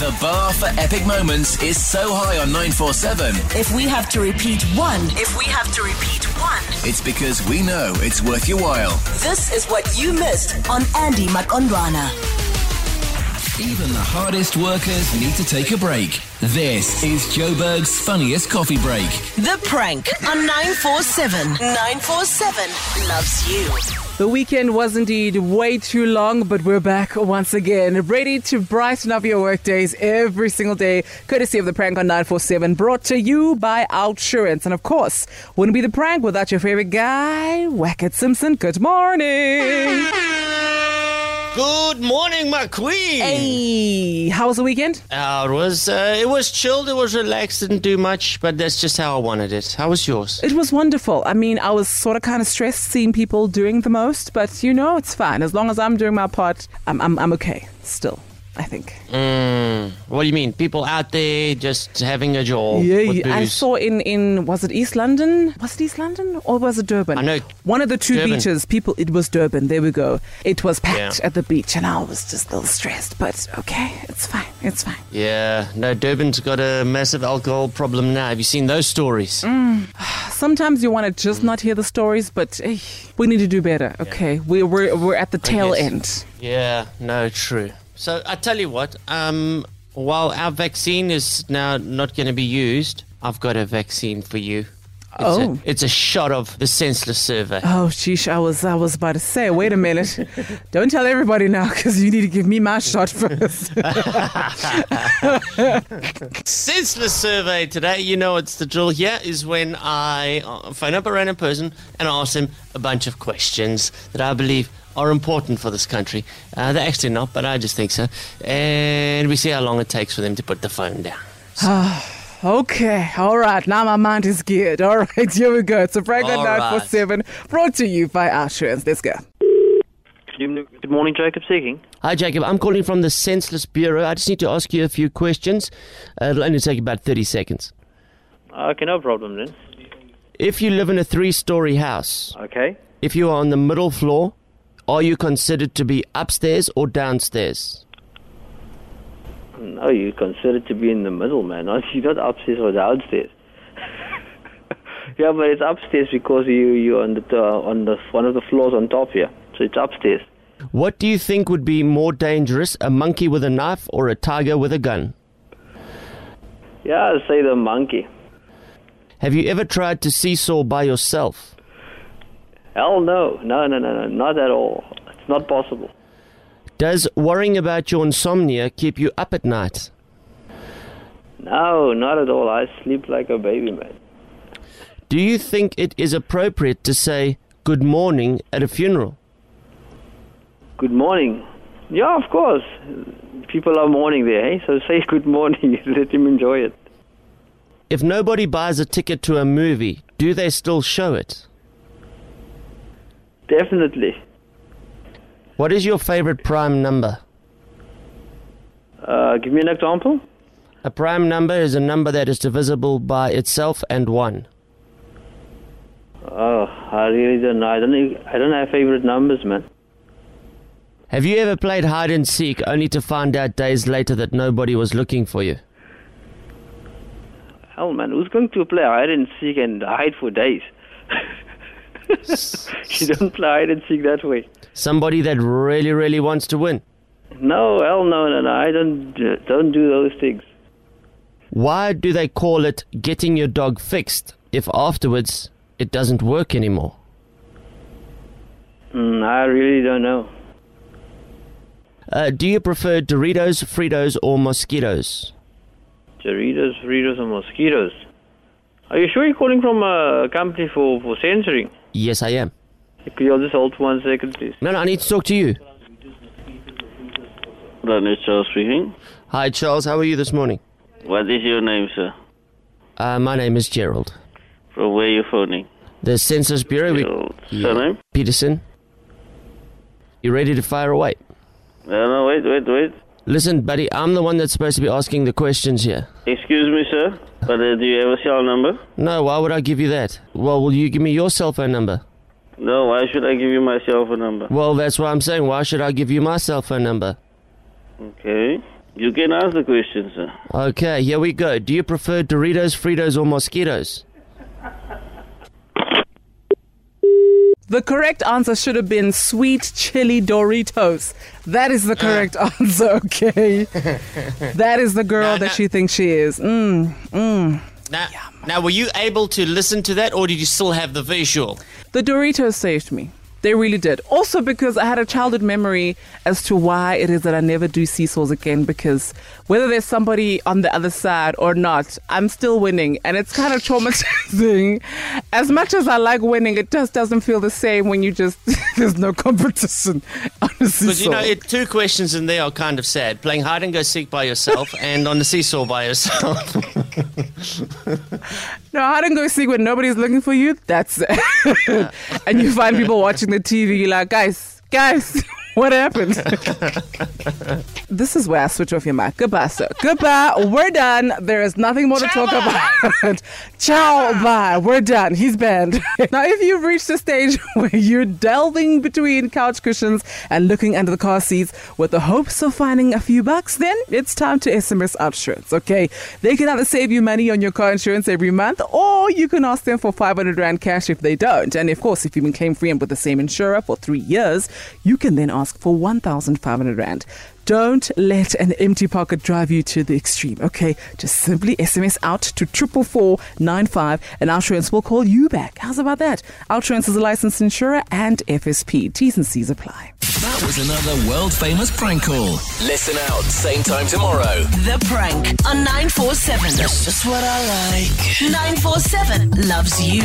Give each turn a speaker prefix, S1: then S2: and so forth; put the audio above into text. S1: The bar for epic moments is so high on 947,
S2: If we have to repeat one,
S3: If we have to repeat one,
S1: it's because we know it's worth your while.
S2: this is what you missed on Andy Makondrana.
S1: Even the hardest workers need to take a break. This is Joburg's funniest coffee break.
S2: The prank on 947. 947 loves you.
S4: The weekend was indeed way too long, but we're back once again, ready to brighten up your workdays every single day, courtesy of the prank on 947, brought to you by Outsurance. And of course, wouldn't be the prank without your favorite guy, Wackett Simpson. Good morning.
S5: Good morning, my queen.
S4: Hey, how was the weekend?
S5: Uh, it was uh, it was chilled. It was relaxed. Didn't do much, but that's just how I wanted it. How was yours?
S4: It was wonderful. I mean, I was sort of kind of stressed seeing people doing the most, but you know, it's fine. As long as I'm doing my part, I'm, I'm, I'm okay still, I think.
S5: What do you mean? People out there just having a jaw
S4: Yeah,
S5: with
S4: yeah. I
S5: booze.
S4: saw in in was it East London? Was it East London or was it Durban?
S5: I know-
S4: one of the two
S5: Durban.
S4: beaches. People, it was Durban. There we go. It was packed
S5: Yeah.
S4: at the beach, and I was just a little stressed. But okay, it's fine. It's fine.
S5: Yeah, no, Durban's got a massive alcohol problem now. Have you seen those stories?
S4: Mm. Sometimes you want to
S5: Mm.
S4: just not hear the stories, but eh, we need to do better. Okay, we, we're we're at the tail
S5: guess.
S4: end.
S5: Yeah, no, true. So I tell you what, um, while our vaccine is now not going to be used, I've got a vaccine for you. It's
S4: Oh.
S5: a, it's a shot of the senseless server.
S4: Oh, sheesh! I was I was about to say, wait a minute, don't tell everybody now because you need to give me my shot first.
S5: senseless survey today. You know it's the drill. Here is when I uh, phone up a random person and ask them a bunch of questions that I believe are important for this country. Uh, they're actually not, but I just think so. And we see how long it takes for them to put the phone down.
S4: Okay, all right. Now my mind is geared. All right, here we go. It's a Frank on
S5: All right.
S4: 947 brought to you by Assurance. Let's go.
S6: Good morning, Jacob speaking.
S5: Hi, Jacob. I'm calling from the Senseless Bureau. I just need to ask you a few questions. Uh, it'll only take about 30 seconds.
S6: Okay, no problem then.
S5: If you live in a three story house,
S6: Okay.
S5: if you are on the middle floor, are you considered to be upstairs or downstairs?
S6: No, you're considered to be in the middle, man. Aren't you not upstairs or downstairs? yeah, but it's upstairs because you you're on the t- uh, on the one of the floors on top here, so it's upstairs.
S5: What do you think would be more dangerous, a monkey with a knife or a tiger with a gun?
S6: Yeah, I'll say the monkey.
S5: Have you ever tried to seesaw by yourself?
S6: Hell no, no, no, no, no, not at all. It's not possible.
S5: Does worrying about your insomnia keep you up at night?
S6: No, not at all. I sleep like a baby, man.
S5: Do you think it is appropriate to say good morning at a funeral?
S6: Good morning. Yeah, of course. People are mourning there, hey? So say good morning. Let him enjoy it.
S5: If nobody buys a ticket to a movie, do they still show it?
S6: Definitely.
S5: What is your favorite prime number?
S6: Uh, give me an example.
S5: A prime number is a number that is divisible by itself and 1.
S6: Oh, I really don't know. I don't. e- I don't have favorite numbers, man.
S5: Have you ever played hide and seek only to find out days later that nobody was looking for you?
S6: Hell, man, who's going to play hide and seek and hide for days? you don't play hide and seek that way.
S5: Somebody that really, really wants to win.
S6: No, hell, no, no, no. I don't. d- Don't do those things.
S5: Why do they call it getting your dog fixed if afterwards it doesn't work anymore?
S6: Mm, I really don't know.
S5: Uh, do you prefer Doritos, Fritos, or mosquitoes?
S6: Doritos, Fritos, and mosquitoes. Are you sure you're calling from a company for for censoring?
S5: Yes, I am.
S6: Could you just hold for one second, please?
S5: No, no, I need to talk to you.
S7: Ranesh Chow speaking.
S5: Hi, Charles. How are you this morning?
S7: What is your name, sir?
S5: Uh, my name is Gerald.
S7: From where you phoning?
S5: The Census Bureau. we-
S7: Your surname?
S5: Peterson. You ready to fire away?
S7: No, no, wait, wait, wait.
S5: Listen, buddy, I'm the one that's supposed to be asking the questions here.
S7: Excuse me, sir, but uh, do you have a cell number?
S5: No, why would I give you that? Well, will you give me your cell phone number?
S7: No, why should I give you my cell phone number?
S5: Well, that's what I'm saying. Why should I give you my cell phone number?
S7: Okay. You can ask the question, sir.
S5: Okay, here we go. Do you prefer Doritos, Fritos, or mosquitoes?
S4: The correct answer should have been sweet chili Doritos. That is
S5: Mm.
S4: the correct answer, okay? that is the girl
S5: No,
S4: that
S5: no.
S4: she thinks she is. Mm.
S5: Now, now, were you able to listen to that, or did you still have the visual?
S4: The Doritos saved me. They really did. Also, because I had a childhood memory as to why it is that I never do seesaws again. Because whether there's somebody on the other side or not, I'm still winning. And it's kind of traumatizing. As much as I like winning, it just doesn't feel the same when you just, there's no competition on a seesaw.
S5: Because you know, it, two questions in there are kind of sad: playing hide and go seek by yourself, and on the seesaw by yourself.
S4: No, I didn't go see when nobody's looking for you. That's it. and you find people watching the TV, you're like, guys, guys, what happened? this is where I switch off your mic. Goodbye, sir. Goodbye. We're done. There is nothing more to talk about. Ciao. Bye. We're done. He's banned. now, if you've reached a stage where you're delving between couch cushions and looking under the car seats with the hopes of finding a few bucks, then it's time to SMS Outsurance, okay? They can either save you money on your car insurance every month, or you can ask them for 500 Rand cash if they don't. And of course, if you've been claim free and with the same insurer for three years, you can then ask for 1,500 Rand. Don't let an empty pocket drive you to the extreme, okay? Just simply SMS out to 44495 and Outsurance will call you back. How's about that? Outsurance is a licensed insurer and FSP. T's and C's apply.
S1: That was another world famous prank call. Listen out, same time tomorrow.
S2: The Prank on 947.
S1: That's just what I like.
S2: 947 loves you.